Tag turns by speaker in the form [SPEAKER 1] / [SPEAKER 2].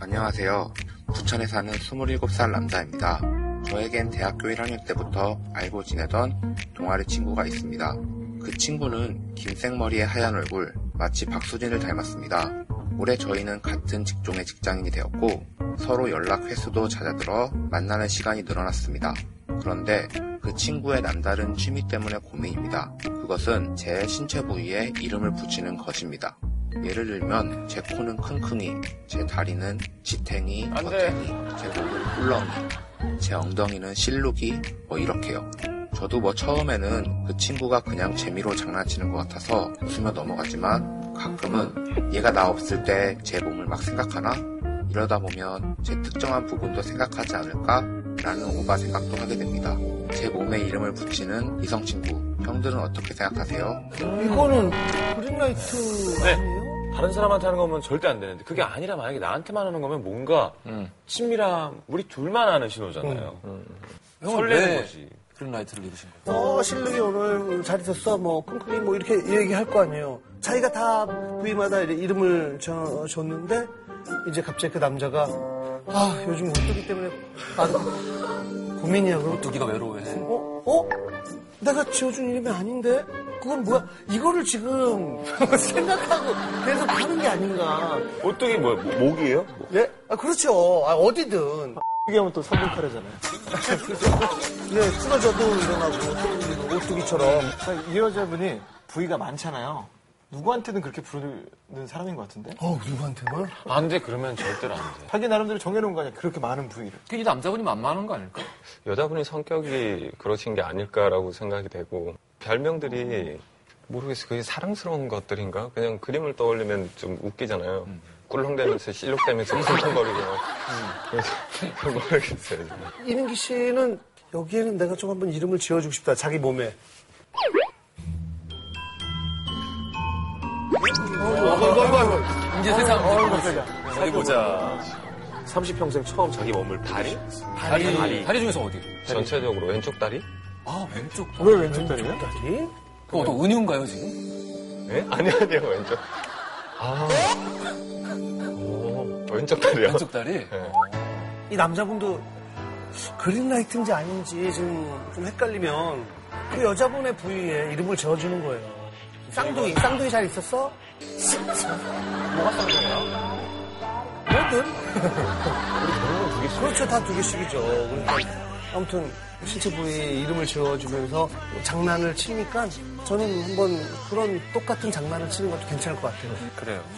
[SPEAKER 1] 안녕하세요. 부천에 사는 27살 남자입니다. 저에겐 대학교 1학년 때부터 알고 지내던 동아리 친구가 있습니다. 그 친구는 긴 생머리에 하얀 얼굴, 마치 박수진을 닮았습니다. 올해 저희는 같은 직종의 직장인이 되었고, 서로 연락 횟수도 잦아들어 만나는 시간이 늘어났습니다. 그런데 그 친구의 남다른 취미 때문에 고민입니다. 그것은 제 신체 부위에 이름을 붙이는 것입니다. 예를 들면 제 코는 킁킁이, 제 다리는 지탱이,
[SPEAKER 2] 안 돼.
[SPEAKER 1] 버탱이, 제 목은 꿀렁이, 제 엉덩이는 실룩이, 뭐 이렇게요. 저도 뭐 처음에는 그 친구가 그냥 재미로 장난치는 것 같아서 웃으며 넘어갔지만 가끔은 얘가 나 없을 때 제 몸을 막 생각하나? 이러다 보면 제 특정한 부분도 생각하지 않을까? 라는 오바 생각도 하게 됩니다. 제 몸에 이름을 붙이는 이성 친구, 형들은 어떻게 생각하세요?
[SPEAKER 3] 이거는 그린라이트
[SPEAKER 2] 네.
[SPEAKER 3] 아니에요?
[SPEAKER 2] 다른 사람한테 하는 거면 절대 안 되는데
[SPEAKER 4] 음.
[SPEAKER 2] 그게 아니라 만약에 나한테만 하는 거면 뭔가 친밀함 우리 둘만 아는 신호잖아요.
[SPEAKER 4] 음,
[SPEAKER 2] 설레는 거지.
[SPEAKER 5] 그린라이트를 입으신 거예요?
[SPEAKER 3] 어, 실력이 오늘 잘 있었어, 뭐, 끙끙이 뭐, 이렇게 얘기할 거 아니에요. 자기가 다 부위마다 이래 이름을 저- 줬는데, 이제 갑자기 그 남자가, 아, 요즘 오뚜기 때문에 나도 고민이야. 그럼
[SPEAKER 5] 두기가 외로워해.
[SPEAKER 3] 어? 어? 내가 지어준 이름이 아닌데? 그건 뭐야? 이거를 지금 생각하고 계속 하는 게 아닌가.
[SPEAKER 2] 오뚜기 뭐야? 모- 목이에요? 뭐.
[SPEAKER 3] 예? 아, 그렇죠. 아, 어디든. 이게 하면 또 성공카레잖아요. 예, 쓰러져도 일어나고, 오뚜기처럼.
[SPEAKER 6] 이 여자분이 부위가 많잖아요. 누구한테든 그렇게 부르는 사람인 것 같은데?
[SPEAKER 3] 어, 누구한테만?
[SPEAKER 4] 아,
[SPEAKER 2] 안 돼. 그러면 절대로 안 돼.
[SPEAKER 6] 자기 나름대로 정해놓은 거 아니야? 그렇게 많은 부위를.
[SPEAKER 5] 그게 이 남자분이 만만한 거 아닐까?
[SPEAKER 4] 여자분이 성격이 그러신 게 아닐까라고 생각이 되고 별명들이 모르겠어요. 그게 사랑스러운 것들인가? 그냥 그림을 떠올리면 좀 웃기잖아요. 꿀렁대면서 실룩대면서 쿵쾅거리고 그래서 모르겠어요. 저는.
[SPEAKER 3] 이민기 씨는 여기에는 내가 좀 한번 이름을 지어주고 싶다. 자기 몸에.
[SPEAKER 5] 이제 세상 어,
[SPEAKER 2] 자기 보자. 30평생 처음 자기 몸을 다리?
[SPEAKER 5] 다리, 다리, 중에서 어디?
[SPEAKER 4] 전체적으로 왼쪽 다리?
[SPEAKER 5] 아 왼쪽.
[SPEAKER 6] 왜 왼쪽 다리야?
[SPEAKER 3] 다리?
[SPEAKER 5] 그거 어떤 은유인가요 지금?
[SPEAKER 2] 네?
[SPEAKER 4] 예? 아니 아니요 왼쪽. 아
[SPEAKER 2] 네?
[SPEAKER 4] 오, 왼쪽 다리요.
[SPEAKER 5] 왼쪽 다리.
[SPEAKER 4] 예.
[SPEAKER 3] 이 남자분도 그린라이트인지 아닌지 지금 좀 헷갈리면 그 여자분의 부위에 이름을 지어주는 거예요. 쌍둥이, 쌍둥이 잘 있었어? 뭐가 쌍둥이야? 뭐든. 그렇죠, 다 두 개씩이죠. 그러니까 아무튼 신체 부위에 이름을 지어주면서 장난을 치니까 저는 한번 그런 똑같은 장난을 치는 것도 괜찮을 것 같아요.
[SPEAKER 2] 그래요.